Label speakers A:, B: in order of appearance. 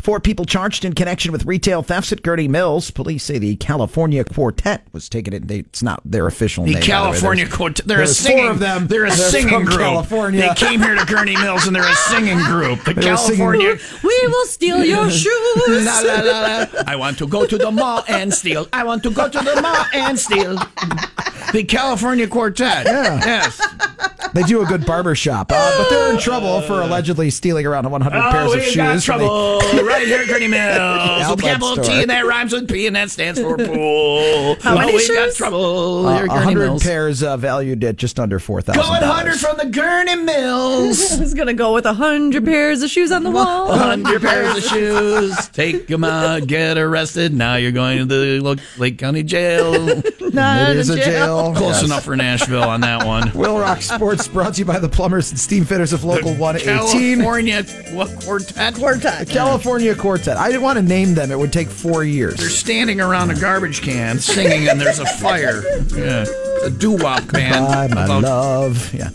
A: Four people charged in connection with retail thefts at Gurney Mills. Police say the California Quartet was taken in. They, it's not their official
B: The
A: name. by way.
B: California
A: There's-
B: Quartet. They're a
A: there's
B: singing.
A: Four of them.
B: They're a singing
A: from
B: group.
A: California.
B: They came here to Gurney Mills and they're a singing group. The
A: They're a singing-
B: California.
C: We will steal your shoes.
B: La, la, la, la. I want to go to the mall and steal. I want to go to the mall and steal. The California Quartet.
A: Yeah.
B: Yes.
A: They do a good barber shop, uh, but they're in trouble for allegedly stealing around 100 pairs of
B: Oh, we
A: shoes.
B: got
A: from the-
B: trouble right here, at Gurney Mills.
A: Outlet
B: With capital
A: store.
B: T and that rhymes with P and that stands for pool.
C: How many
B: oh, we got
C: shoes?
B: trouble
A: Uh,
B: here, at Gurney
A: 100
B: Mills.
A: pairs uh, valued at just under $4,000.
B: Going hundred from the Gurney Mills.
C: He's gonna go with a hundred pairs of shoes on the wall.
B: Hundred pairs of shoes. Take them out. Get arrested. Now you're going to the Lo- Lake County Jail.
C: Not
A: It is a
C: in
A: jail.
B: Close
A: Yes.
B: enough for Nashville on that one.
A: Will Rock Sports brought to you by the plumbers and steam fitters of Local 118.
B: California what, quartet.
A: The California Quartet. I didn't want to name them. It would take four
B: They're
A: years.
B: standing around a garbage can singing, and there's a fire. Yeah, a doo wop band.
A: Bye, Ah, my
B: about
A: love. Yeah.